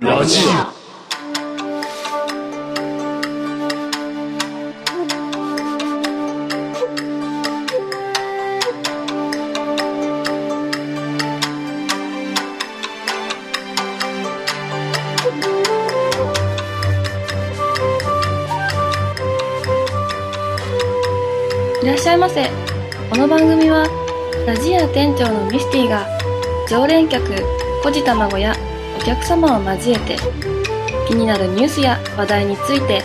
ラジいらっしゃいませこの番組はラジア店長のミスティが常連客コジ卵やお客様を交えて気になるニュースや話題について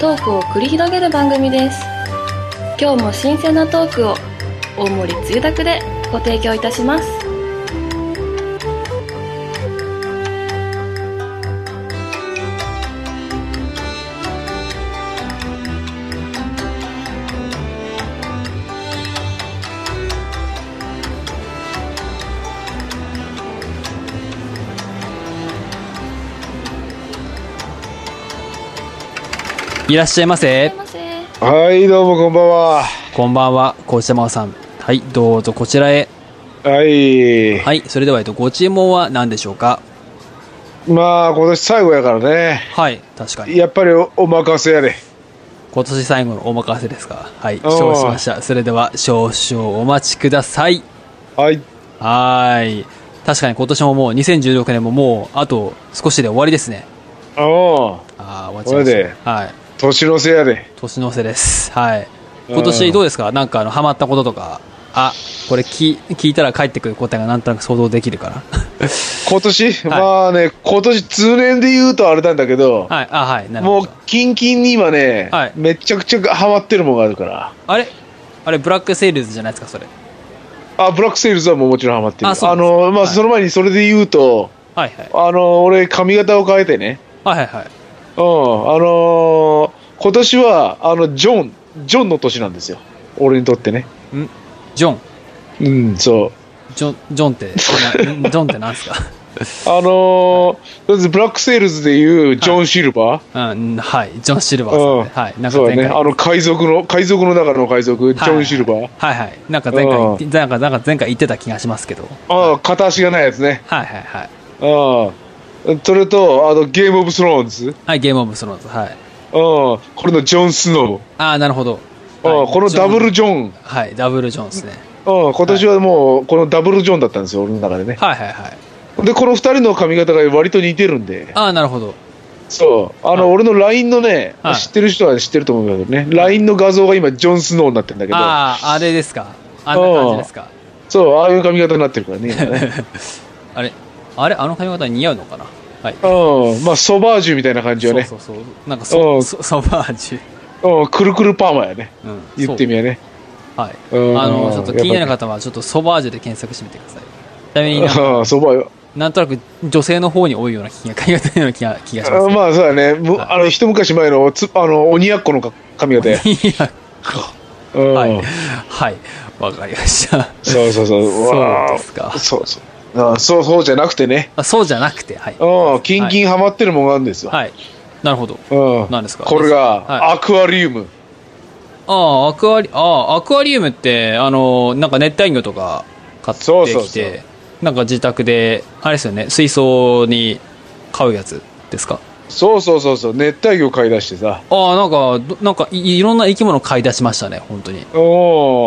トークを繰り広げる番組です今日も新鮮なトークを大盛りつゆだくでご提供いたしますいらっしゃいまいらっせしゃい。ませはい、どうもこんばんは。こんばんは、こうしてまおさん。はい、どうぞこちらへ。はい。はい、それでは、えっと、ご注文は何でしょうかまあ、今年最後やからね。はい、確かに。やっぱりおお任せやで。今年最後のお任せですかはい、おー承知しました。それでは、少々お待ちください。はい。はーい。確かに今年ももう、2016年ももう、あと少しで終わりですね。うん。ああ、終わっちゃいましたこれではい。年のせやで。年の瀬です。はい。今年どうですかなんか、あの、ハマったこととか。あ、これ聞、聞いたら帰ってくる答えがなんとなく 想像できるから。今年、まあね、今年通年で言うとあれなんだけど、はい、あ、はい、なるほもどう。キンキンに今ね、はいめちゃくちゃハマってるもんがあるから。あれあれ、ブラックセールズじゃないですか、それ。あ、ブラックセールズはもうもちろんハマってる。あそうなんですの、はまあいその前にそれで言うと、はいはい。あの、俺髪型を変えてね。はいはいはい。うん、あのー今年は、あの、ジョン、ジョンの年なんですよ。俺にとってね。ジョン。うん、そう。ジョン、ジョンって、なジョンってなんですあのーとりあえずブラックセールズでいうジョン・シルバー。か うん、はい。ジョン・シルバーうんさんで。はい。なんかそう前だね。回。あの、海賊の、海賊の中の海賊、ジはいョン・シルバー。はいはい。なんか前回言って、なんか、なんか前回言ってた気がしますけど。ああ、片足がないやつね。はいはいはい。ああ。それと、あの、ゲーム・オブ・スローンズ。うん。はい、ゲームオブスローンズ。はい。これのジョン・スノああ、なるほど。ー。はういん。このダブル・。ジジョン。うん。ョンはい、ダブル・ジョンですね。今年はもう、このダブル・ジョンだったんですよ、俺の中でね。はいはいはい。で、この二人の髪型が割と似てるんで。ああ、なるほど。そう。あはの、俺の LINE のね、はい知ってる人は知ってると思うけどね、LINE の画像が今、ジョン・スノーになってるんだけど、ああ、あれですか。あんな感じですか。そう、ああいう髪型になってるからね、今 ねあれあれあの髪型似合うのかなはい。うん。まあ、ソバージュみたいな感じよね。そうそうそう。なんかうそ、んそソバージュ。うん、くるくるパーマやね。うん言ってみやね。そうはい。うんあの、ちょっと気になる方は、ちょっとソバージュで検索してみてください。ちなみになんか、 うん、そばよ。なんとなく女性の方に多いような気が、髪型のような気が気がしますあまあ、そうだね。むはい。あの、一昔前の、つあの、鬼奴のか髪型や。いや、う ん。はい。はい。わかりました。そうそうそう。うわそうーですかそうそう。あそう、そうじゃなくてね。あそうじゃなくて、はい。うん、キンキンハマってるもんがあるんですよ。はい。なるほど。うん。何ですかこれはが、アクアリウム。ああ、アクアリ、ああ、アクアリウムって、あの、なんか熱帯魚とか買ってきて、そうそうそうなんか自宅で、あれですよね、水槽に飼うやつですかそうそうそうそう熱帯魚買い出してさああ、なんかど、なんかい、いろんな生き物買い出しましたね、本当に。お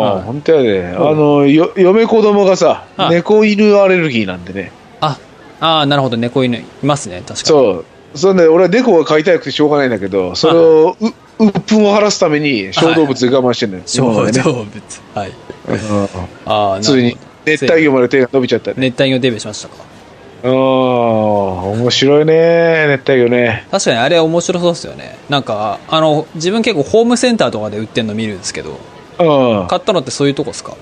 お、はい本当やで、うんあのよ嫁子供がさ、はい猫犬アレルギーなんでねあ、ああ、なるほど、猫犬いますね、確かに。う。そうそんで俺は猫が飼いたくてしょうがないんだけどそれをう鬱憤を晴らすために小動物で我慢してん だよ、小動今までね物。はい。うんああ、なるほどついに熱帯魚まで手が伸びちゃったね熱帯魚デビューしましたか。うん面白いね熱帯魚ね確かにあれ面白そうですよね。なんか、あの、自分結構ホームセンターとかで売ってるの見るんですけど、うん買ったのってそういうとこですか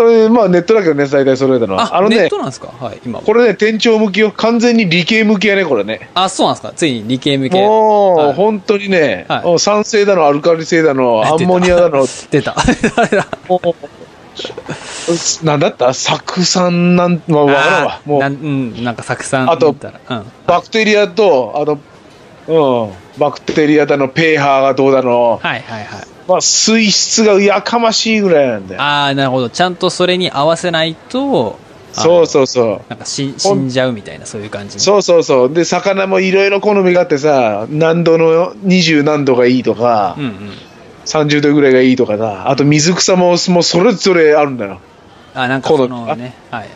えーまあネットだけどね大体揃えたのはああのネッねトなんですかはい、今もこれね店長向きよ完全に理系向きやねこれねあ、そうなんですかついに理系向け。もう、はい本当にね、はいもう酸性だの、アルカリ性だの、アンモニアだの、 出た。あれだ。もうなんだった酢酸なん、まあ、わからんわ あ。ーもなう、んうん、なんか酢酸あとだったらうん。バクテリアと、あの、うん、バクテリアだの、ペーハーがどうだの、はいはいはい。まあ、水質がやかましいぐらいなんだよ。ああ、なるほど。ちゃんとそれに合わせないと、そうそうそう。なんか死ん死んじゃうみたいな、そういう感じ。そうそうそう。で、魚もいろいろ好みがあってさ、何度の、20何度がいいとか、うんうん。 30度ぐらいがいいとかさ、あと水草も、もうそれぞれあるんだよ。あ、なんかこのそのね、はい。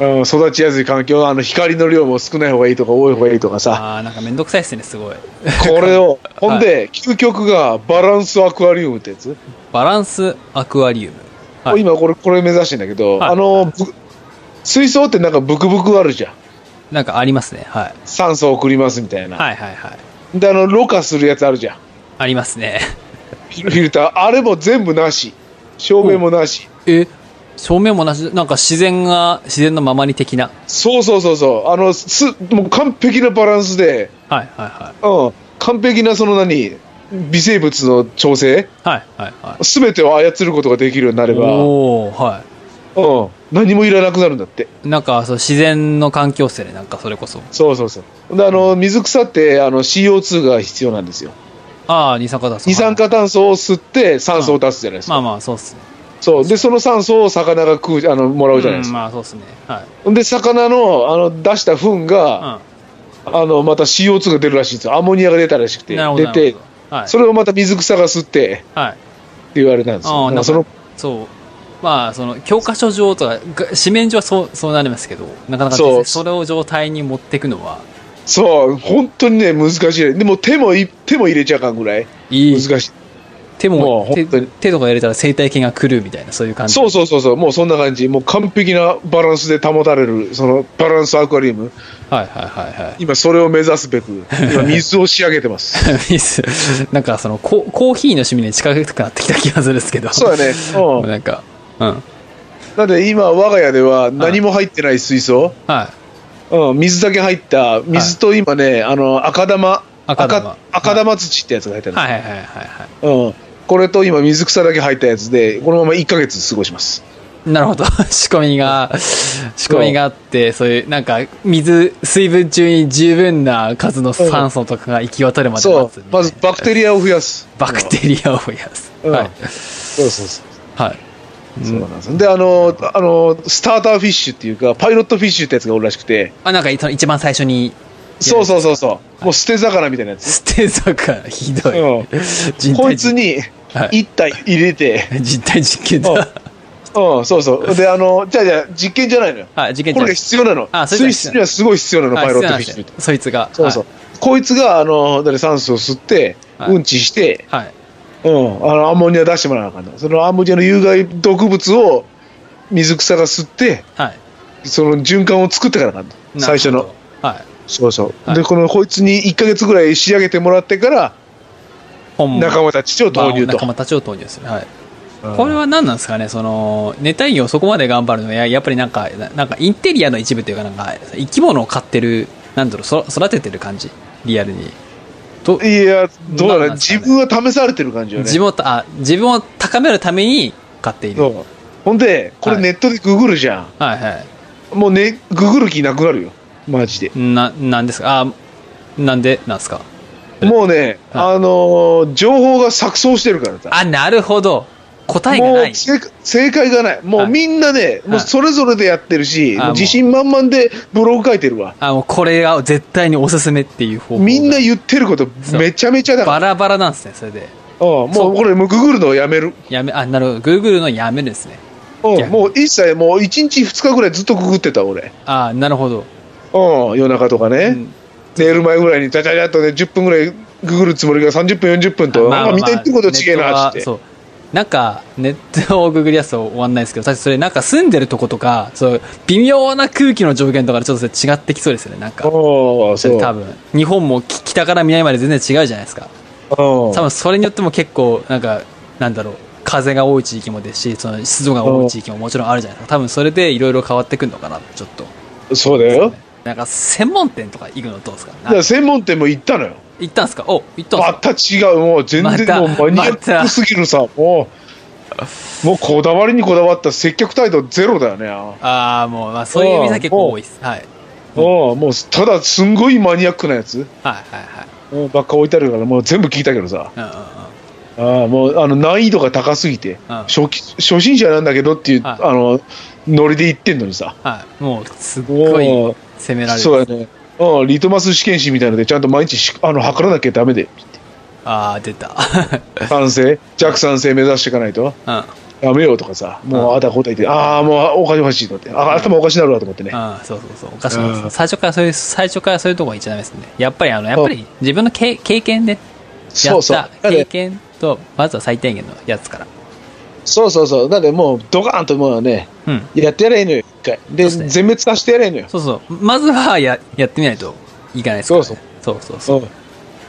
うん、育ちやすい環境、あの、光の量も少ない方がいいとか多い方がいいとかさ、ああ、なんかめんどくさいっすね、すごい。これ を、ほんで、究極がバランスアクアリウムってやつ。バランスアクアリウム。はい今これ、これ目指してんだけど、はいあの、ぶ水槽ってなんかブクブクあるじゃん。なんかありますね、はい。酸素を送りますみたいな。はいはいはい。で、あの、ろ過するやつあるじゃん。ありますね。 フィルター、あれも全部なし。照明もなし。え、正面も同じ、なんか自然が、自然のままに的な。そうそうそうそう。あの、す、もう完璧なバランスで、はいはいはい。うん、完璧なその何、微生物の調整、はいはいはい。すべてを操ることができるようになれば、おおはうん、何もいらなくなるんだって。い。なんか、そう、自然の環境っすね、なんかそれこそ。そうそうそう。で、あの、水草って、あの、CO2 が必要なんですよ。ああ、二酸化炭素。二酸はい化炭素を吸って酸素を出すじゃないですまか。あまあ、そうっすね。そう。で、その酸素を魚が食う、あの、もらうじゃないでうすん、か。まあそうっすね。はい。で、魚の、あの、出した糞が、うあの、また CO2 が出るらしいんですよ。アンモニアが出たらしくて。ん。なるほど。出なるてほ、どはい。それをまた水草が吸って、はい。って言われたんですああよ。なんかそのそう。まあ、その、教科書上とか、が紙面上はそう、そうなりますけど、なかなかそうそそれを状態に持っていくのは、そう、本当にね、難しい。でも手もい手も入れちゃうかんぐらいいい。難しい。手もうも本手、当に手とか入れたら生態系が狂うみたいな、そういう感じ。そうそうそうそう、もうそんな感じ。もう完璧なバランスで保たれる、そのバランスアクアリウム。はいはいはいはい。今それを目指すべく、今水を仕上げて ます。水なんかそのココーヒーの趣味に近くなってきた気がするんですけどそうだね。うん。なんかうんなんで今、我が家では何も入ってない水槽、はいうん、水だけ入った、水と今ね、あの、赤玉、赤玉赤赤玉土ってやつが入ってるんですはいはいはいはいはうん。これと今、水草だけ入ったやつで、このまま1ヶ月過ごします。いなるほど 仕込みが仕込みがあってそういうなんか水水分中に十分な数の酸素とかが行き渡るまでそ待うつみたい、なまずバクテリアを増やす。バクテリアを増やす、うんはいそうそうそう。はいそうなんです。で、あの、あの、スターターフィッシュっていうか、パイロットフィッシュってやつがおるらしくて、あなんかその一番最初にそうそうそうそう、もう捨て魚みたいなやつ。捨て魚ひどい、うん人こ体いつ実にはい一体入れて、人体実験 だ、うん、そうそう。で、あの、じゃあじゃあ実験じゃないのよ。はい実験じゃこれながい必要なの。あそれじゃ水質にはすごい必要なの、はいパイロットフィッ必シ要なんュですよそいつがそうそう。こいつが、あの、だって酸素を吸って、はいうんちして、はい、はいうん、あの、アンモニア出してもらわなあかんの。そのアンモニアの有害毒物を水草が吸って、はい。その循環を作ってからなあかんの。最初なるのほ。ど。はい。そうそう。はいで、このこいつに1ヶ月ぐらい仕上げてもらってから、本物仲間たちを投入まあと。仲間たちを投入する。はい。うんこれは何なんですかね、その、熱帯魚をそこまで頑張るのは、ややっぱりなんか、ななんかインテリアの一部というか、なんか、生き物を飼ってる、なんだろう、そ育ててる感じ。リアルに。といや、どうだろう、なんなんですか自ね分は試されてる感じよね。自分をた、あ、自分を高めるために飼っている。そうほんで、これはいネットでググるじゃん。はいはもうね、ググる気なくなるよ。マジで。い。な、なんですかあ、なんで、なんですかもうね、はあのー情報が錯綜してるからさ。あ、なるほど。答えがも。ないう正解正解がない。もうはいみんなね、もうそれぞれでやってるし、あもう自信満々でブログ書いてるわ。あ、もうこれが絶対におすすめっていう方法が。みんな言ってることめちゃめちゃだバから。ラバラなんですね、それで。うんもうこれ、もうググるのをやめる。やめ、あ、なるほど。Google のやめるんですね。う逆ん、にもう一切もう一日二日ぐらいずっとググってた俺、ああ、なるほど。うん、夜中とかね、うん寝る前ぐらいにちゃちゃちゃっとね10分ぐらいググるつもりが30分40分と、まあなんかみんな言ってること違えまあなっネッてトはそう。なんか、ネットをググりやすと終わんないですけど、確かにそれなんか住んでるとことか、そう、微妙な空気の条件とかでちょっとそれ違ってきそうですよね、なんか。おそそれう多分。日本もき北から南まで全然違うじゃないですか。多多分それによっても結構、なんか、なんだろう。風が多い地域もですし、その湿度が多い地域ももちろんあるじゃないですか。多分それでいろいろ変わってくるのかな、ちょっと。そうだよなんか専門店とか行くのどうですかだから専門店も行ったのよ行ったんですかお、行ったんですまかた違うもう全ま然たもうマニアックすぎるさもうもうこだわりにこだわった積極態度ゼロだよねああ、もう、まあ、そういう店結構多いです。はい。おもうただすんごいマニアックなやつはいはいはい。うんばっか置いてあるからもう全部聞いたけどさうんうんうん。ああもうあの難易度が高すぎて、うん初期初心者なんだけどっていう、はいあのノリで言ってんのにさ。はい。もう、すっごい攻められる。そうだね。うん、リトマス試験紙みたいので、ちゃんと毎日しあの測らなきゃダ メで。ああ、出た。 酸性、弱酸性目指していかないと。うん。やめようとかさ、もううあだこうだ言って、ああ、もうおかしいおかしいと思って、あー頭おかしになるわと思ってね。ああそうそうそうおかしくないです、うん最初からそういう最初からそういうとこが言っちゃダメですねやっぱりあのやっぱり自分のけ経験でやそっうそうた。なん経で、験とまずは最低限のやつからそうそうそう。なんで、もうドカーンともうね、うんやってやればいいのよ、一回。そうで、ですね全滅させてやればいいのよ。そうそうまずはややってみないといかないですから、ね、そうそうそうそううん。だ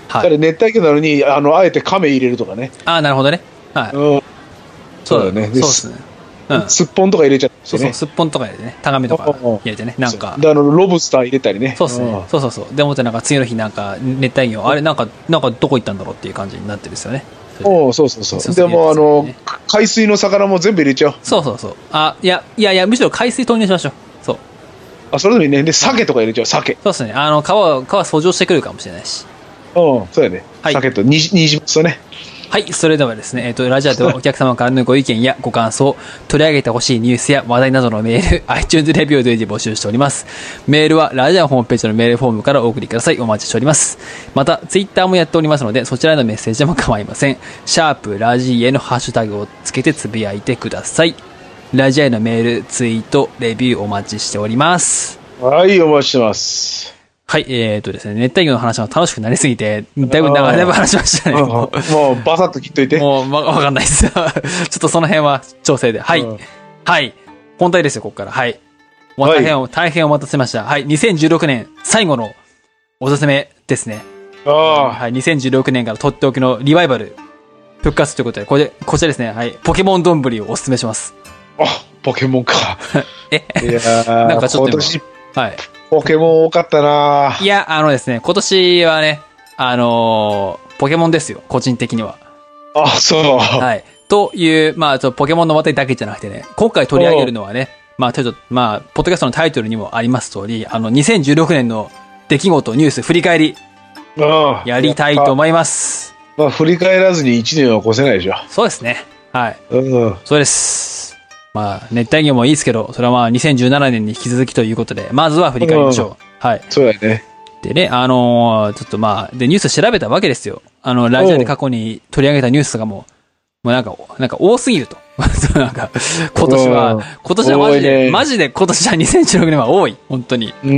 はからい熱帯魚なのに、あの、あえて亀入れるとかね。ああなるほどねはい、うん。そうだねそうでですねうんすっぽんとか入れちゃってそね。うそうすっぽんとか入れてねタガメとかうんうん入れてねなんかであのロブスター入れたりね。そうですねん。そうそうそうでもってなんか次の日なんか熱帯魚あれなんかなんかどこ行ったんだろうっていう感じになってるんですよねそれでおうそうそうそう。そうそうでも、あの、入れて海水の魚も全部入れちゃおう。そうそうそうあいやいやいやむしろ海水投入しましょうそうあ、それでもいいね。で、鮭とか入れちゃう、鮭。そうですね。あの、川は、川は遡上してくるかもしれないし。うん、そうやね。はい鮭と、にじ、にじますとね。はい。それではですね、えっ、と、ラジオではお客様からのご意見やご感想、取り上げてほしいニュースや話題などのメール、iTunes レビューで募集しております。メールはラジオホームページのメールフォームからお送りください。お待ちしております。また、Twitter もやっておりますので、そちらへのメッセージも構いません。シャープラジエのハッシュタグをつけてつぶやいてください。ラジオへのメール、ツイート、レビューお待ちしております。はい、お待ちしてます。はい、えー、とですね、熱帯魚の話は楽しくなりすぎて、だいぶ長いだいぶ話しましたね。う んももう、バサッと切っといて。う、もうわわかんないです。ちょ っとその辺は調整で。はいうん。はい。本題ですよ、ここから。はい。もう大変、大変お待たせしました。はい。2016年最後のおすすめですね。ああ、はい。2016年からとっておきのリバイバル復活ということで、これ、こちらですね。はい。ポケモン丼をおすすめします。あ、ポケモンか。えいや ななんかちょっと今今年、はい。ポケモン多かったないや、あのですね、今年はね、あのーポケモンですよ、個人的には。あ、そう。 はい。という、まあ、ちょっとポケモンの話題だけじゃなくてね、今回取り上げるのはね、まあ、ちょっと、まあ、ポッドキャストのタイトルにもあります通り、あの、2016年の出来事、ニュース、振り返り、うんやりたいと思います。まあ、振り返らずに1年は越せないでしょ。そうですね。はい。うん。そうです。まあ、熱帯魚もいいですけど、それはまあ、2017年に引き続きということで、まずは振り返りましょう。はい。そうだね。でね、あのーちょっとまあ、で、ニュース調べたわけですよ。あの、ラジオで過去に取り上げたニュースがもう、もうなんか、なんか多すぎると。 そうなんか、今年うんは、今年はマジ多いで、ねマジで今年は2016年は多い。本当に。 うん、多い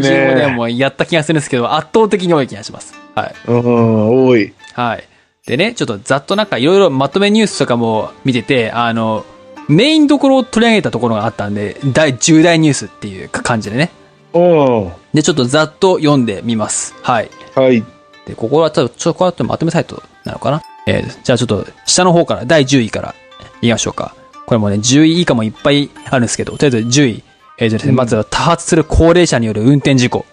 2015年ね。もやった気がするんですけど、圧倒的に多い気がします。はい。うん、多い。はい。でね、ちょっとざっとなんかいろいろまとめニュースとかも見てて、あの、メインどころを取り上げたところがあったんで、第重大ニュースっていう感じでね。うん。はで、ちょっとざっと読んでみます。はい。い。で、ここはちょっと、ちょ、ここはちょっとまとめサイトなのかなえーじゃあちょっと、下の方から、第10位から、言いましょうか。これもね、10位以下もいっぱいあるんですけど、とりあえず10位。えーとですね、うんまずは多発する高齢者による運転事故。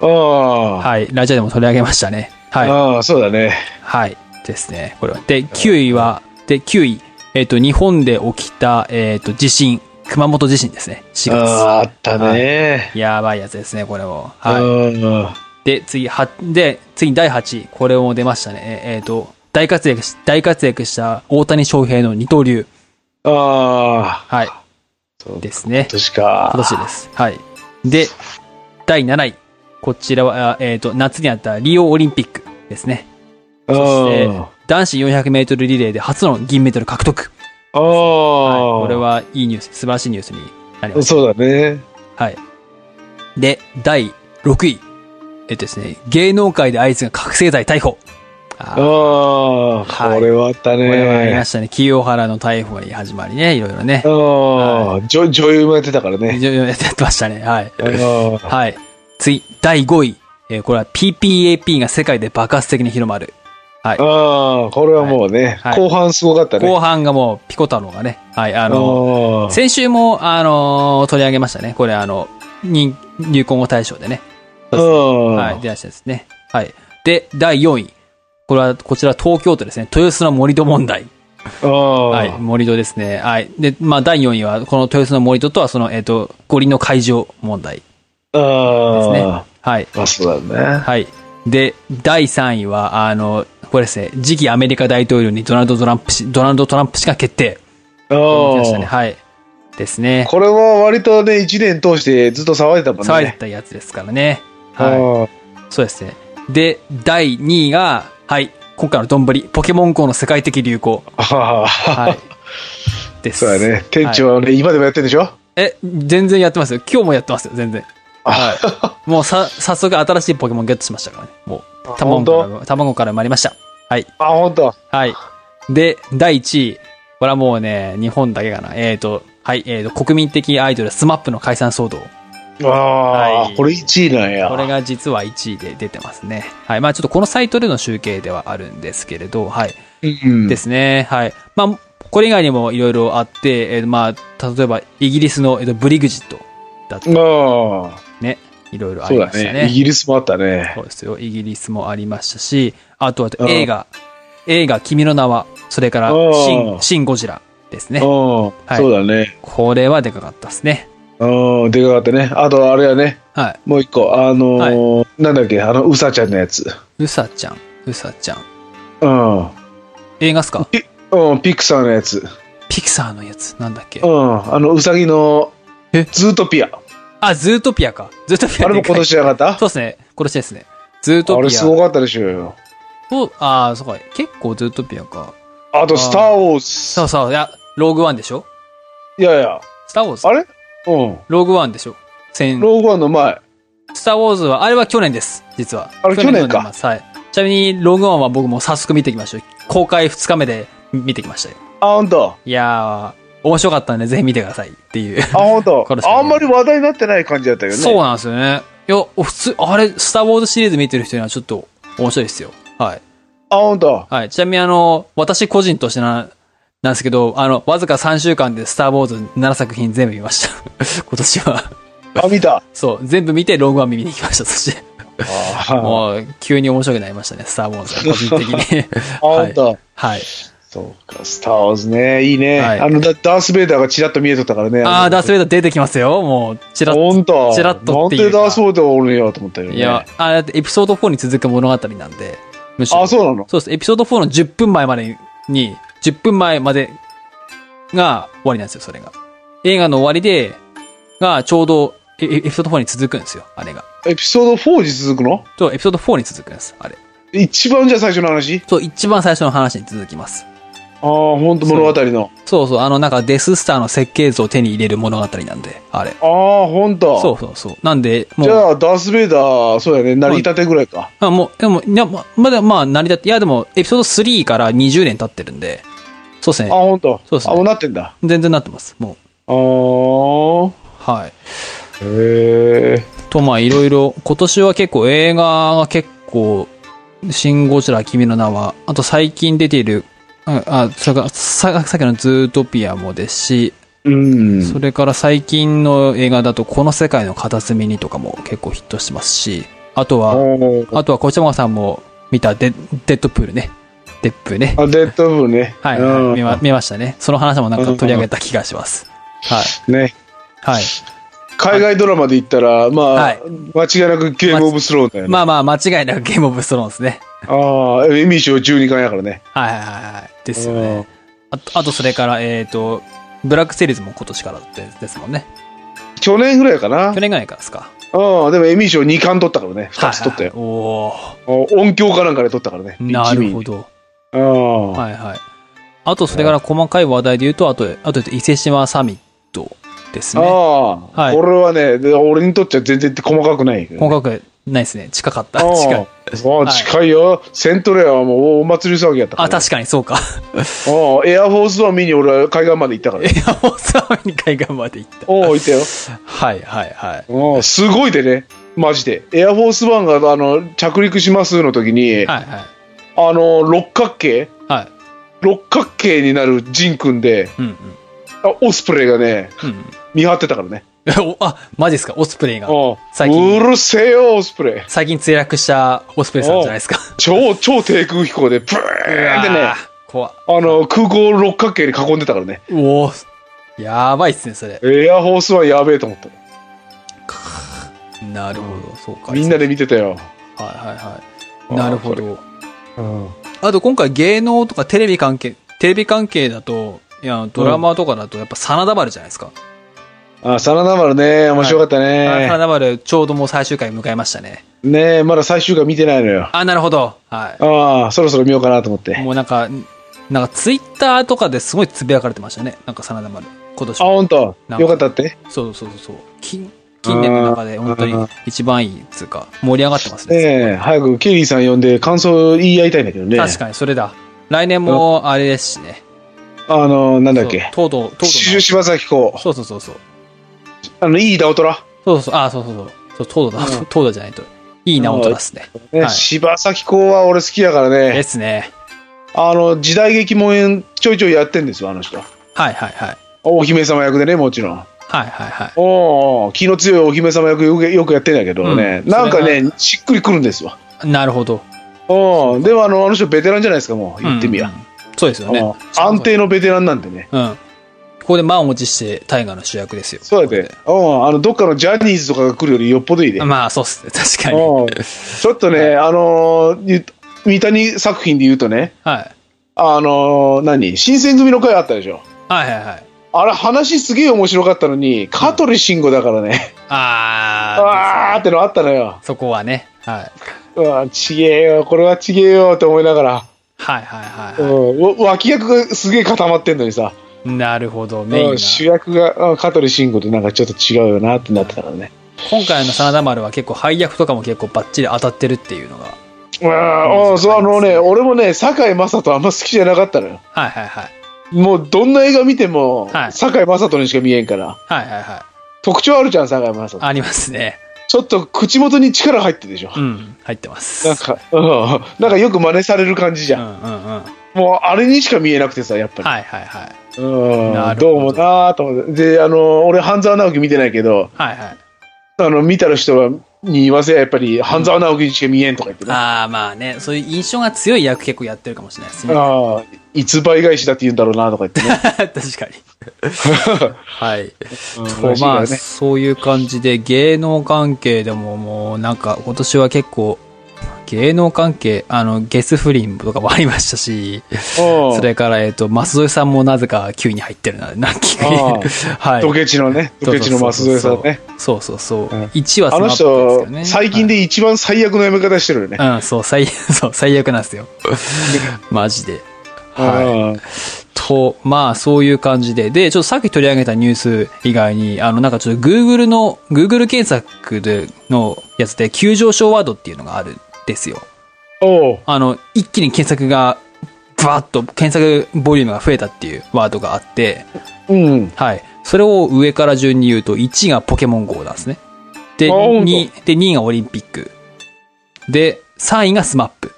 あはい。ラジオでも取り上げましたね。あ、はい。ああ、そうだね。はい。ですね。これは。で、9位は、で、9位。えっ、と、日本で起きた、えっ、と、地震。熊本地震ですね。4月。ああ、あったね。やばいやつですね、これも。はい。はで、次、は、で、次、第8位。これも出ましたね。えっ、えーと、大活躍し、大活躍した大谷翔平の二刀流。い。ああ、はい。そうで今すね。年か。今年です。はい。で、第7位。こちらは、あえっ、と、夏にあったリオオリンピックですね。うん。そして、男子400メートルリレーで初の銀メダル獲得。あはい。あ、これは、いいニュース、素晴らしいニュースになりましそうだね。た。はい。で、第6位。えっ、とですね、芸能界で相次ぐ覚醒剤逮捕。あーああ、はいこれはあったね。これはありましたね。清原の逮捕に始まりね、いろいろね。ああ、女女優もやってたからね。いろいろやってましたね。はい。あーはい。次、第5位。えーこれは PPAP が世界で爆発的に広まる。あー、これはもうね、はい後半すごかったね。後半がもう、ピコ太郎がね。はい、ああの、の先週も、あのー取り上げましたね。これ、あの、人流行語大賞でね。はい、出ましたですね。はい。で、第4位。これは、こちら東京都ですね。豊洲の盛り土問題。はい、盛り土ですね。はい。で、まあ、第4位は、この豊洲の盛り土とは、その、えっ、と、五輪の会場問題ですね。あはい。あ、そうだね。はい。で、第3位は、あの、これですね、次期アメリカ大統領にドナルド・トランプ氏、ドナルド・トランプ氏が決定。あ決定しましたねーはい。ですね。 これは割とね、1年通してずっと騒いでたもんね。騒いでたやつですからね。はい。はそうですね。で、第2位が、はい、今回のどんぶり、ポケモン GO の世界的流 行。い。はは。はいです。そうだね。店長はね、今でもやってるでしょえ、全然やってますよ。今日もやってますよ、全然。 はい。もうさ、早速新しいポケモンゲットしましたからね。もうあ、卵か本ら、卵から生まれました。はい。あ、本当。はい。で、第1位。これはもうね、日本だけかな。えっ、と、はい、えっ、と、国民的アイドル、スマップの解散騒動。あはあ、いこれ1位なんや。これが実は1位で出てますね。はい。まあちょっとこのサイトでの集計ではあるんですけれど、はい。うんで。すね。はい。まあ、これ以外にもいろいろあって、えーまあ、例えばイギリスの、えーとブリグジットだったりあね、いろいろあ、あそりうまだしたね。イね。ギリスもあったね。そうですよ。イギリスもありましたし、あとはうん映画、映画、君の名は、それからうん、シン、シン・ゴジラですうん、ね。いそうだね。これはでかかったですね。うん、でかかったね。あと、あれやね、はもう一個、あのーなんだっけ、あの、うさちゃんのやつ。い。うさちゃん、うさちゃん。うん。映画っすかうん、ピクサーのやつ。ピクサーのやつ、なんだっけうん、あの、うさぎのえ、ズー トピア。あ、ズートピアか。ズートピアあれでもかい今年じゃなかったそうですね。今年ですね。ズートあピア。れすごかったでしょうよ。そう、ああ、そうか。結構ズートピアか。あと、スター・ウォーズ。そうそう。いや、ローグワンでしょいやいや、スターウォーズあ。れうん。ローグワンでしょ先ローグワンの前。スター・ウォーズは、あれは去年です、実は。あれの去年か年末はい。ちなみに、ロングワンは僕も早速見てきましたよ。公開2日目で見てきましたよ。あ、ほんと。いやー、面白かったんで、ぜひ見てくださいっていう。あ、ほんと これ。そうあんまり話題になってない感じだったよね。そうなんですよね。いや、普通、あれ、スター・ウォーズシリーズ見てる人にはちょっと面白いですよ。はい。あ、ほんと。はい。ちなみに、あの、私個人としてな、なんですけど、あの、わずか3週間でスター・ウォーズ7作品全部見ました。 今年は。あ、見た。そう、全部見て、ロングワン見に行きました、そして。あ、もう、急に面白くなりましたね、スター・ウォーズは、個人的に。ほんと。はい。そうか、スター・ウォーズね。いいね。はいあの、ダダース・ベイダーがチラッと見えとったからね。ああ、ダース・ベイイダー出てきますよ。もう、ちらっほんと。チラッとっていうなんかでダース・ベイダーおるんやと思ったよね。いや、あだってエピソード4に続く物語なんで、むしろ。あ、そうなのそうです。エピソード4の10分前までに、10分前までが終わりなんですよ、それが。映画の終わりで、が、ちょうどエ、エエピソード4に続くんですよ、あれが。エピソード4に続くのそう、エピソード4に続くんです、あれ。一番じゃあ最初の話そう、一番最初の話に続きます。ああ、ほんと物語の。そうそう、あの、なんかデススターの設計図を手に入れる物語なんで、あれ。ああ、ほんと。そうそうそう。なんで、もう。じゃあ、ダース・ベイダー、そうやね、成り立てぐらいか。あ、もう、でも、いや、ま、まだ、まあ、成り立って、いや、でも、エピソード3から20年経ってるんで、そうですあ、ね。ほんと。そうですねあ、もうなってんだ。全然なってます、もあーう。はい。へえ。と、まあ、いろいろ、今年は結構映画が結構、シン・ゴジラ、君の名は、あと最近出ている、うんあ、それから、ささっきのズートピアもですし、うん。それから最近の映画だと、この世界の片隅にとかも結構ヒットしてますし、あとは、おーあとは、こちまさんも見たデ、デッドプールね。デップーね。あ、デッドブーね。はい、うん見ま見ましたね。その話もなんか取り上げた気がします。はい。ね。はい。海外ドラマで言ったら、まあ、はい間違いなくゲームオブスローンだよね。まあまあ、間違いなくゲームオブスローンですね。ああ、エミー賞12巻やからね。はいはいはいはい。ですようねん。あと、あとそれから、えっ、と、ブラックセリーズも今年からでですもんね。去年ぐらいかな。去年ぐらいからですか。うん、でもエミー賞2巻取ったからね。2つ取ったよ。はいはいお音響かなんかで取ったからね。ーなるほど。ど。うん。はいはい。あと、それから細かい話題で言うと、あと、あと、伊勢島サミットですあね。あ、はいこれはね、で俺にとっちゃ全然細かくないけどね。細かくないですね。近かった。ああ近い。そう、はい近いよ。セントレアはもうお祭り騒ぎやったからあ、ね、確かにそうか。 ああエアフォースワン見に俺は海岸まで行ったからい ね。や、もうサミに海岸まで行った。おお、行ったよ。はいはいはい。うんすごいでね。マジで。エアフォースワンが、あの、着陸しますの時に、あはいはい。の、六角形はい。六角形になるジンくんで、うんうん。あオスプレイがね、うん見張ってたからね。 うん、おあ、マジですか、オスプレイが。最うん。近うるせえよ、オスプレイ。最近墜落したオスプレイさんじゃないですか。超、超低空飛行で、プーンってうねわ、ー。怖っあの、空港を六角形に囲んでたからね。うおーやばいっすね、それ。エアフォースワンやべえと思った。なるほど、そうか。みんなで見てたよ。はいはいはい。あーなるほど。うんあと今回芸能とかテレビ関係、テレビ関係だと、いや、ドラマとかだと、やっぱ、真田丸じゃないですか。あ、真田丸ね、面白かったね。あ真田丸、ちょうどもう最終回迎えましたね。ねえ、まだ最終回見てないのよ。あ、なるほど。はああ、そろそろ見ようかなと思っい。て。もうなんか、なんか、ツイッターとかですごいつぶやかれてましたね。なんか、真田丸。今年あ、も。本当なんかよかったってそうそうそうそう。近、近年の中で、本当に一番いいっつうか、盛り上がってますね。ねえ、早くケリーさん呼んで感想言い合いたいんだけどね。確かに、それだ。来年も、あれですしね。あの、なんだっけ。そうとうとう、とうとう。中柴咲コウ。そうそうそうそう。あの、いいダオトラ。そうそう、あ、そうそうそう。そう、東堂だ、東堂じゃないと。いいな、音ですね。ねはい柴咲コウは俺好きだからでね。すね。あの、時代劇もんちょいちょいやってんですよ、あの人。はいはいはい。お姫様役でね、もちろん。はいはいはい。おお、気の強いお姫様役よくよくやってんだけどね。うんなんかそれね、しっくりくるんですわ。なるほど。おお、でもあの、あの人ベテランじゃないですか、もう。言ってみやうん。そうですよねうん。安。定のベテランなんでね。うん。ここで満を持して大河の主役ですよ。そうやで。うん、あの、どっかのジャニーズとかが来るよりよっぽどいいで。まあ、そうっすね。確かに。 うんちょっとね、あのーゆ三谷作品で言うとね、はい。あのー何新選組の回あったでしょ。はいはいはい。あれ、話すげえ面白かったのに、香取慎吾だからね、ああーってのあったのよー、。そこはね。はい。うわ、ちげえよ、これはちげえよって思いながら、はいはいはうい、はん、わ脇役がすげえ固まってんのにさ、い。なるほど。メインうがん主役がうん香取慎吾となんかちょっと違うよなってなってたからね。今回の真田丸は結構配役とかも結構バッチリ当たってるっていうのが。うん、あそう、あのね、俺もね、堺雅人あんま好きじゃなかったのよ。はいはいはい。もうどんな映画見ても、はい堺雅人にしか見えんから。はいはいはい。特徴あるじゃん、堺雅人。ありますね。ちょっと口元に力入ってるでしょう。ん。入ってます。なんか、うん、なんかよく真似される感じじうゃん。んうんうん。もうあれにしか見えなくてさ、やっぱり。はいはいはい。なうん、るほどどうもなーと思って。で、あの、俺、半沢直樹見てないけど、はいはい。あの、見た人はに言わせや、やっぱり、半沢直樹にしか見えんとか言ってね。ああまあね、そういう印象が強い役結構やってるかもしれないですね。ああ、いつ倍返しだって言うんだろうなとか言ってね。 確かに。 はい。うんらしいかまらあ、ねそういう感じで、芸能関係でももう、なんか、今年は結構、芸能関係、あの、ゲス不倫とかもありましたし、うんそれから、えっと、舛添さんもなぜか9位に入ってるな、なんか、あ はい。ドケチのね、ドケチの舛添さんね。そうそうそう。うん1はあスマッのプですよ人ね。、最近で一番最悪のやめ方してるよね。うん、そう、最、 そう、最悪なんですよ。マジで。はい。はい。と、まあ、そういう感じで。で、ちょっとさっき取り上げたニュース以外に、あの、なんかちょっと Google の、Google 検索で、のやつで、急上昇ワードっていうのがあるんですよ。おうあの、一気に検索が、バーッと検索ボリュームが増えたっていうワードがあって、うん。はい。それを上から順に言うと、1がポケモン GO なんですね。で、あ本当2、で、2がオリンピック。で、3位がスマップ。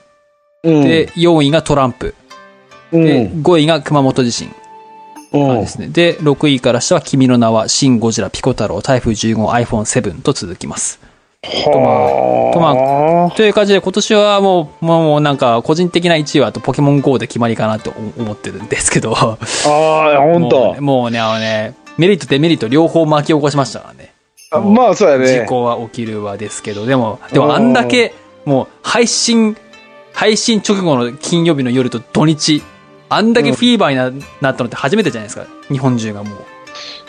うん、で、4位がトランプ。うん、で、5位が熊本地震うんですね。で、6位から下は君の名は、シン・ゴジラ、ピコ太郎、台風15、iPhone7 と続きます。はあとまという感じで、今年はもう、もうもうなんか、個人的な1位は、あとポケモン GO で決まりかなと思思ってるんですけど。ああ、本もう当ね、。もうね、あのね、メリット、デメリット両方巻き起こしましたからね。あもうまあ、そうや事ね。故は起きるわですけど、でも、でもあんだけ、もう配信、配信直後の金曜日の夜と土日、あんだけフィーバーにな,、なったのって初めてじゃないですか。日本中がも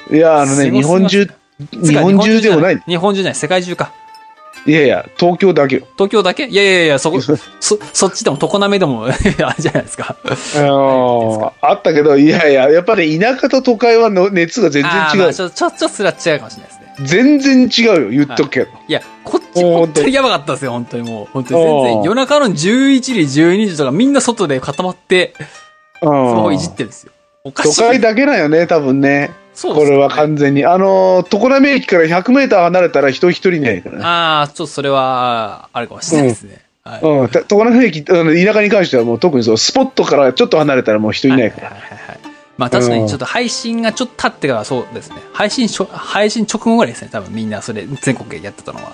う。いや、あのすごすぎね、ま日す本中、日本中でもな世い界。日本中じゃない、世界中か。いやいや、東京だけよ。東京だけいやいやいや、そこ、そ、そっちでも常滑でも、あ れじゃないですか。あのあったけど、いやいや、やっぱり田舎と都会はの熱が全然あー違まう。あちょ、ちょ、ちょっとすら違うかもしれないですね。全然違うよ、言っとくけど。いや、こっちおー本当にやばかったですよ、本当にもう。本当に全お然。ー夜中の11時、12時とかみんな外で固まって、スマホういんじってるんですよ。おか都しい。会だけだよね、多分ね。そうこですれよは完全に。あの、常滑駅から100メーター離れたら人一人いないからね。ああ、ちょっとそれは、あるかもしれないですね。はい。うん、た常滑駅、あの田舎に関してはもう特にそう、スポットからちょっと離れたらもう人いないから。はいはいはい。まあ確かにちょっと配信がちょっと経ってからそうですね。配信しょ、配信直後ぐらいですね。多分みんなそれ全国でやってたのは。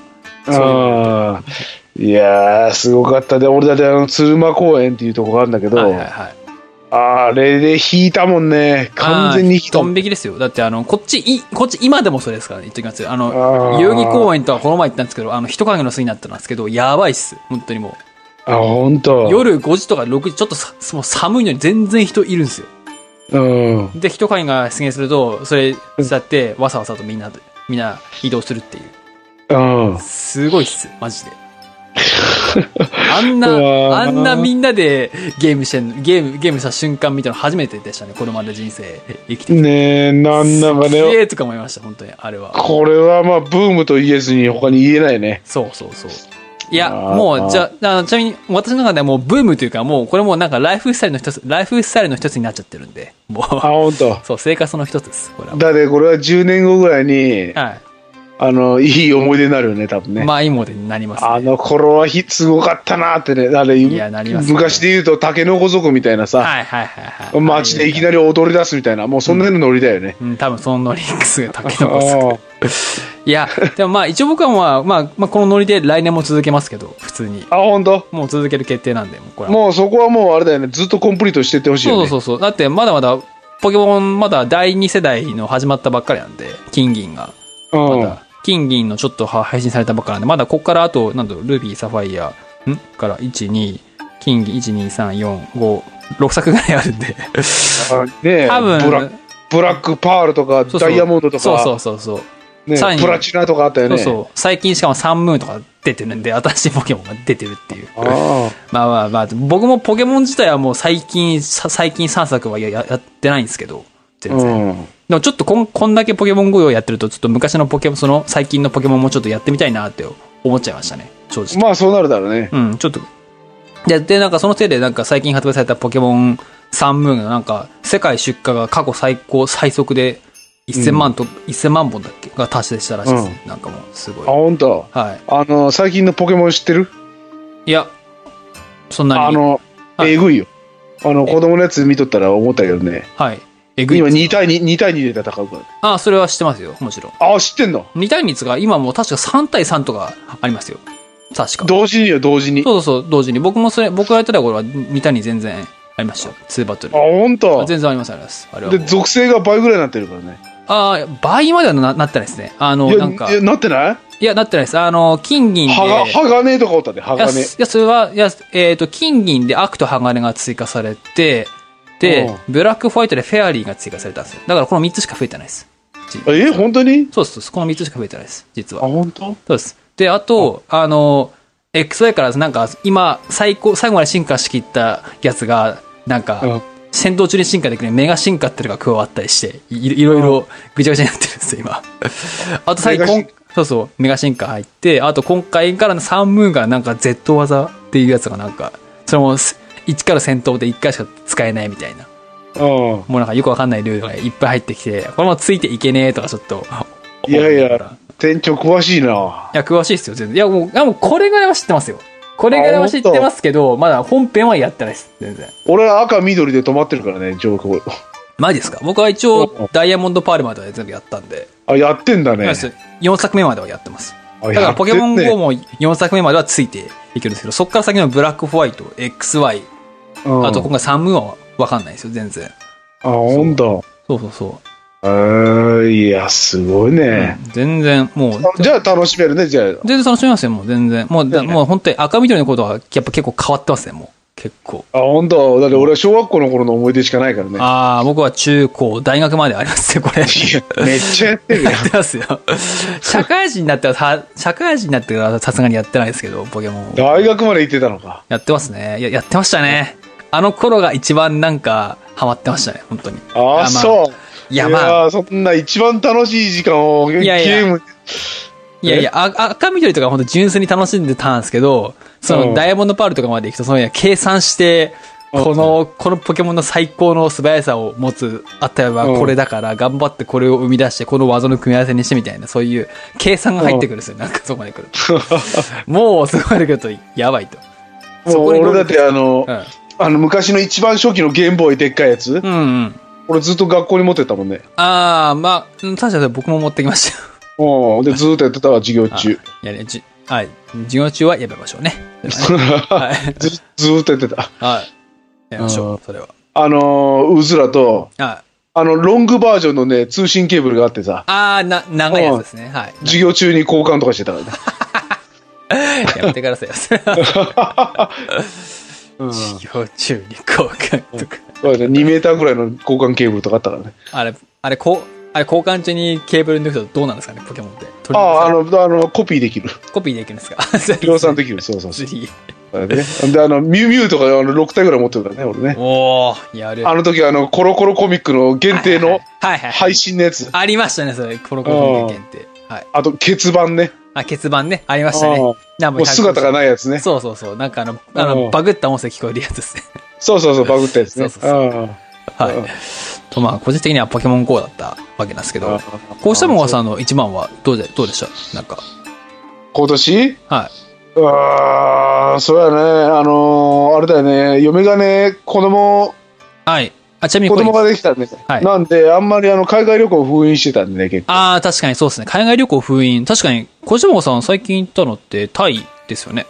あーいやー、すごかったで、俺だってあの、鶴間公園っていうとこがあるんだけど、はいはいはい。あれで引いたもんね。完全に引あいーたドもん。ン引きですよ。だってあの、こっち、い、こっち今でもそれですからね。言っときますよ。あの、あー代々木公園とはこの前行ったんですけど、あの、人影の巣になったんですけど、やばいっす。本当にもあ、ほんう。と。夜5時とか6時、ちょっとさ、もう寒いのに全然人いるんですよ。うん。で、一会が出現すると、それ伝って、わさわさとみんなで、みんな移動するっていう。うん。すごいっす、マジで。あん うな、わあーんなみんなでゲームしてんの、ゲーム、ゲームした瞬間見たの初めてでしたね、これまで人生生きてきて。ねえ、なんだかすげね、えとか思いました、本当に、あれは。これはまあ、ブームと言えずに他に言えないね。そうそうそう。いや、あーもう、じゃあ、あちなみに、私の中ではもうブームというか、もう、これもうなんかライフスタイルの一つ、ライフスタイルの一つになっちゃってるんで、もあ、ほんとう、。そう、生活の一つです、これは。だってこれは10年後ぐらいに、はあの、いい思い出になるよね、多分い。ね。まあ、いいものになります、ね。あの頃はひすごかったなってね、あれ、いやなりますね昔で言うと、竹の子族みたいなさ、はいはいはいはい。街でいきなり踊り出すみたいな、もうそんなのノリだよね。うん、多分そのノリックスがあ竹の子さん。ーいや、でもまあ一応僕はまあ、まあ、まあこのノリで来年も続けますけど、普通に。あ、ほんともう続ける決定なんで、もうこれは。もうそこはもうあれだよね、ずっとコンプリートしてってほしいよそうね。そうそう。だってまだまだ、ポケモンまだ第2世代の始まったばっかりなんで、金銀が。まうんだ、金銀のちょっとは配信されたばっかなんで、まだここからあと、なんだろう、ルビー、サファイア、んから、1、2、金銀、1、2、3、4、5、6作ぐらいあるんで。あねえ多分、ブラックブラックパールとかそうそうダイヤモンドとかそうそうそうそう。ねサインプラチナとかあったよそうねそう。最近しかもサンムーンとか出てるんで、新しいポケモンが出てるっていう。あまあまあまあ、僕もポケモン自体はもう最近、さ最近3作はやややってないんですけど、あ全う然。んでもちょっとこんこんだけポケモン GO をやってると、ちょっと昔のポケモン、その最近のポケモンもちょっとやってみたいなって思っちゃいましたね、正直。まあそうなるだろうねうん、ちょっと。で、で、なんかそのせいで、なんか最近発売されたポケモンサンムーンが、なんか世界出荷が過去最高、最速で1000万と、1000万本だっけが達成したらしいです、ねなんかもう、すごい。あ本当。はあの最近のポケモン知ってるい。いや、そんなに。あのはいえぐいよあの子供のやつ見とったら思ったけどねはい。えぐい今2対 2, 2対2で戦うかあ、それは知ってますよ、もちろん。らあ知ってんの2対2が今もう確か3対3とかありますよ。確か。同時によ同時にあそうそうそう、同時に。僕もそれ、僕がやってた頃は2対2全然ありましたよ。2バトル。本当。全然あります、あります。あれはもでう。属性が倍ぐらいになってるからねああ、倍まではななってないですね。あの、いやなんか、いやいなってないや、なってないです。あの、金銀で、はがい鋼とかおったでや、鋼すいやそれは、いや、えっ、と、金銀で悪と鋼が追加されて、で、ブラックホワイトでフェアリーが追加されたんですよ。だからこの3つしか増えてないです。じえ本当にそうですそうです、この3つしか増えてないです、実あは。本当そうです。で、あと、あの、XY からなんか、今、最高、最後まで進化しきったやつが、なんか、うん戦闘中に進化できるメガ進化っていうのが加わったりして、いいろいろぐちゃぐちゃになってるんですよ、 今。あと最メガ進近、そうそう、メガ進化入って、あと今回からのサンムーンがなんか Z 技っていうやつがなんか、それもす一から戦闘で一回しか使えないみたいな。うんもうなんかよくわかんないルールがいっぱい入ってきて、これもついていけねえとかちょっと。いやいや、店長詳しいな。いや、詳しいですよ、全然。いや、もう、いやもうこれぐらいは知ってますよ。これぐらいは知ってますけど、まだ本編はやってないです、全然。俺は赤緑で止まってるからね、情報。マジですか僕は一応、ダイヤモンドパールまでは全部やったんで、あ、やってんだね。 4作目まではやってます。あだから、ポケモン GO も。も4作目まではついていけるんですけど、そっから先のブラックホワイト、XY、うんあと今回サンムーンはわかんないですよ、全然。あ、ほんと。そうそうそ。えーいや、すごいうね。うん全然、もう、あじゃあ楽しめるね、じゃあ。全然楽しみますよ、もう全然。もう、だねもう本当に赤緑のことは、やっぱ結構変わってますね、もう。結構。あ、ほんと。だって俺は小学校の頃の思い出しかないからね。ああ、僕は中高、大学までありますね、これ。いや めっちゃやってるよやってますよ。社会人になってはさ、社会人になってからさすがにやってないですけど、ポケモン。大学まで行ってたのか。やってますね。や、やってましたね。あの頃が一番なんか、ハマってましたね、本当に。あ、まそう。いや、まあ、あ、そんな一番楽しい時間をゲいやいやゲーム。いやいや、ああ赤緑とか本当純粋に楽しんでたんですけど、そうのんダイヤモンドパールとかまで行くと、そのいや計算して、うんこの、このポケモンの最高の素早さを持つ、あったはうんこれだから、頑張ってこれを生み出して、この技の組み合わせにしてみたいな、そういう計算が入ってくるんですよ、なんかそこまで来る。もうそこまで来ると、やばいと。そもうこに俺だってあの、うん。あの昔の一番初期のゲームボーイでっかいやつ、うんうん。俺ずっと学校に持ってたもんね。ああ、まあ、うん確かに僕も持ってきましたよ。うん。で、ずーっとやってたわ、授業中。やれ、じ、はい。授業中はやめましょうね。それはねはい。 ずずーっとやってた。はい。やめましょう、それは。あのー、うずらと、はい。あの、ロングバージョンのね、通信ケーブルがあってさ、ああ、な、長いやつですね。はい。授業中に交換とかしてたからね。やめてくださいよ。それはうん。授業中に交換とか。そうだね、2メーターぐらいの交換ケーブルとかあったからね。あれ、あれ、こう、あれ交換中にケーブル抜くとどうなんですかね、ポケモンって。取ありあ、あますかの、あの、コピーできる。コピーできるんですか そう量産できる。そうそうそぜう。ひ。だからね。で、あの、ミュウミュウとかあの6体ぐらい持ってるからね、俺ね。おー、やる。あの時、あの、コロコロコミックの限定のはいはい。配信のやつ。ありましたね、それ。コロコロ限定。はい。あと、結番ね。あ、欠番ね。ありましたね。もナムう姿がないやつね。そうそうそう。なんかあの、あの、うんバグった音声聞こえるやつですね。そうそうそう、バグったやつね。そうそうそうんはい。と、まあ、個人的にはポケモン GO だったわけなんですけど、こうしたもんはさんの一番はどうで、どうでしたなんか。今年はああ、そうやね。あのーあれだよね。嫁がね、子供、い。はい。あ、ちなみに子これ供、ができたんで。はいなんで、あんまりあの、海外旅行を封印してたんでね、結構。ああ、確かにそうですね。海外旅行封印。確かに、小島さん最近行ったのってタイですよね。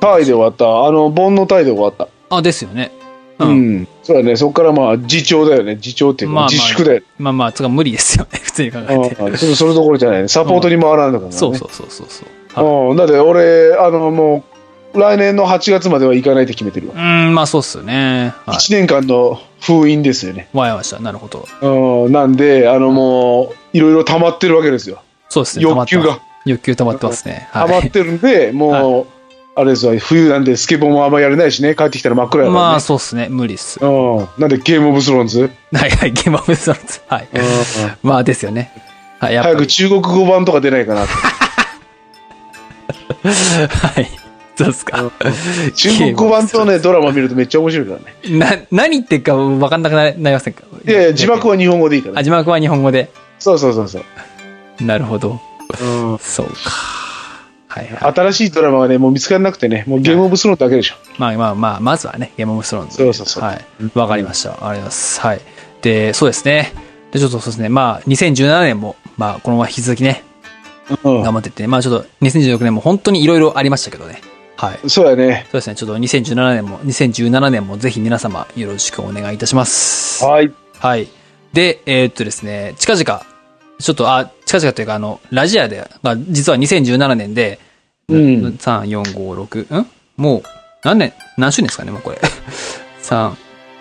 タイで終わった。あの、盆のタイで終わった。あ、ですよね。ううんん。そうだね。そこからまあ、自重だよね。自重っていうか、まあまあ自粛だよね。まあまあ、つか無理ですよね。 普通に考うんえて。ちょっとそれどころじゃないね。サポートに回らないのかな、ね。そうそうそうそうそう。はいうん。だって俺、あの、もう、来年の8月までは行かないって決めてるわ。うーん、まあそうっすよね。はい。 1年間の封印ですよね。わかりました。なるほど。うん。なんで、あの、もう、いろいろ溜まってるわけですよ。そうですね。欲求溜まってがます。欲求溜まってますね。ハマはっい。てるんで、もう、あれですわ、冬なんでスケボーもあんまやれないしね、帰ってきたら真っ暗やから、ね。まあそうっすね。無理っす。うん。なんで、ゲームオブスローンズ。はいはい。ゲームオブスローンズ。はい。まあですよね。はい。やっぱ早りく。中国語版とか出な いかなって。はい。そうっすか。 中国語版とね、ドラマ見るとめっちゃ面白いからね。な、何言ってるか分かんなくなりなりませんかいやいや、字幕は日本語でいいから、あ、ね。字幕は日本語で。そうそうそうそう。なるほど。うんそうか。はいはい。新しいドラマがね、もう見つからなくてね、もうゲームオブスローンだけでしょ。まあまあまあ、まずはね、ゲームオブスローンズ。そうそうそうはい。わかりました。ありがとうございます。はい。で、そうですね。で、ちょっとそうですね。まあ、2017年も、まあ、このまま引き続きね、うん頑張ってってね。まあ、ちょっと、2016年も本当にいろいろありましたけどね。はい。そうやね。そうですね。ちょっと2017年も、2017年もぜひ皆様よろしくお願いいたします。はい。はい。で、えーっとですね、近々、ちょっと、あ、近々というか、あの、ラジアで、が実は2017年で、うん。 3、4、5、6、んもう、何年、何周年ですかね、もうこれ。3、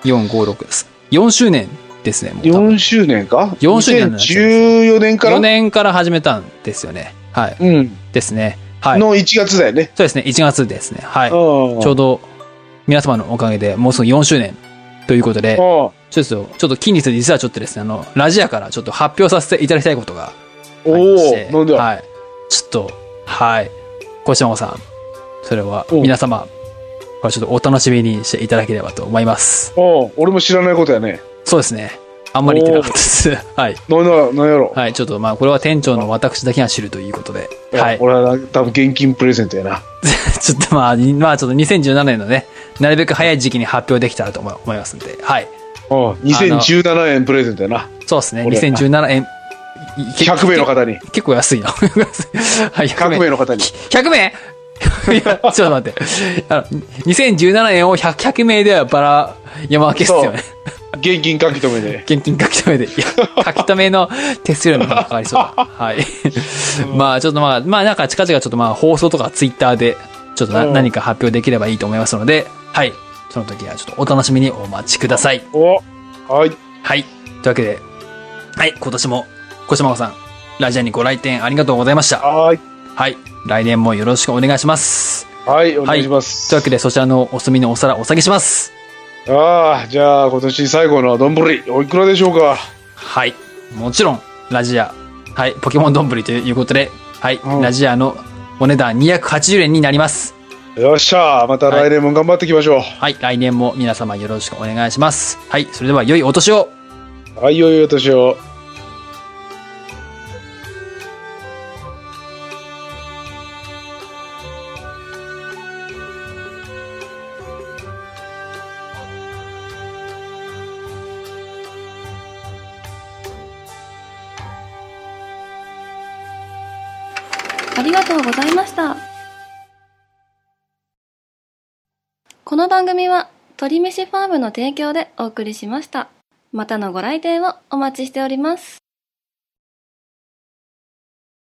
4、5、6、4周年ですね、もう多分。 4周年か4周年の話2014年から4年から始めたんですよね。はい。うん。ですね。はい。そうの1月だよね。ですね、1月ですね。はい。うん。ちょうど、皆様のおかげで、もうすぐ4周年ということで、ど。ちょっと、ちょっと近日実はちょっとですね、あの、ラジアからちょっと発表させていただきたいことがおありましてお、なんだよ。はい。ちょっと、はい。小島さん、それはおう皆様、これちょっとお楽しみにしていただければと思います。おう俺も知らないことやね。そうですね。あんまり言ってなかったです。 はい。なんやなんやろ。はい。ちょっとまあ、これは店長の私だけが知るということで、はい。俺は多分現金プレゼントやな。 ちょっとまあ、にまあ、ちょっと2017年のね、なるべく早い時期に発表できたらと思い思いますんで、はい。うん。2017円プレゼントやな。そうですね。俺2017円。いい100名の方に。結構安いな。 はい、 100名の方に。 100名 いやちょっと待って。あの、2017円を 100, 100名ではバラ山分けっすよね。現金書き留めで。現金書き留めで。いや、書き留めの手数料もかかりそう だ。はい。 まあ、ちょっとまあ、まあ、なんか近々ちょっとまあ、放送とかツイッターで、ちょっとな、うん何か発表できればいいと思いますので、はい。その時はちょっとお楽しみにお待ちください。おはい。はい。というわけで、はい、今年も、小島さん、ラジアにご来店ありがとうございました。はい。はい。来年もよろしくお願いします。はい、お願いします。というわけで、そちらのお済みのお皿お下げします。ああ、じゃあ今年最後の丼、おいくらでしょうかはい。もちろん、ラジア。はい。ポケモン丼ということで、はい。うんラジアのお値段280円になります。よっしゃまた来年も頑張っていきましょはい。来年も皆様よろしくお願いします。はい。それでは、良いお年をう。はい、よいよ年を。ありがとうございました。この番組は鳥飯ファームの提供でお送りしました。またのご来店をお待ちしております。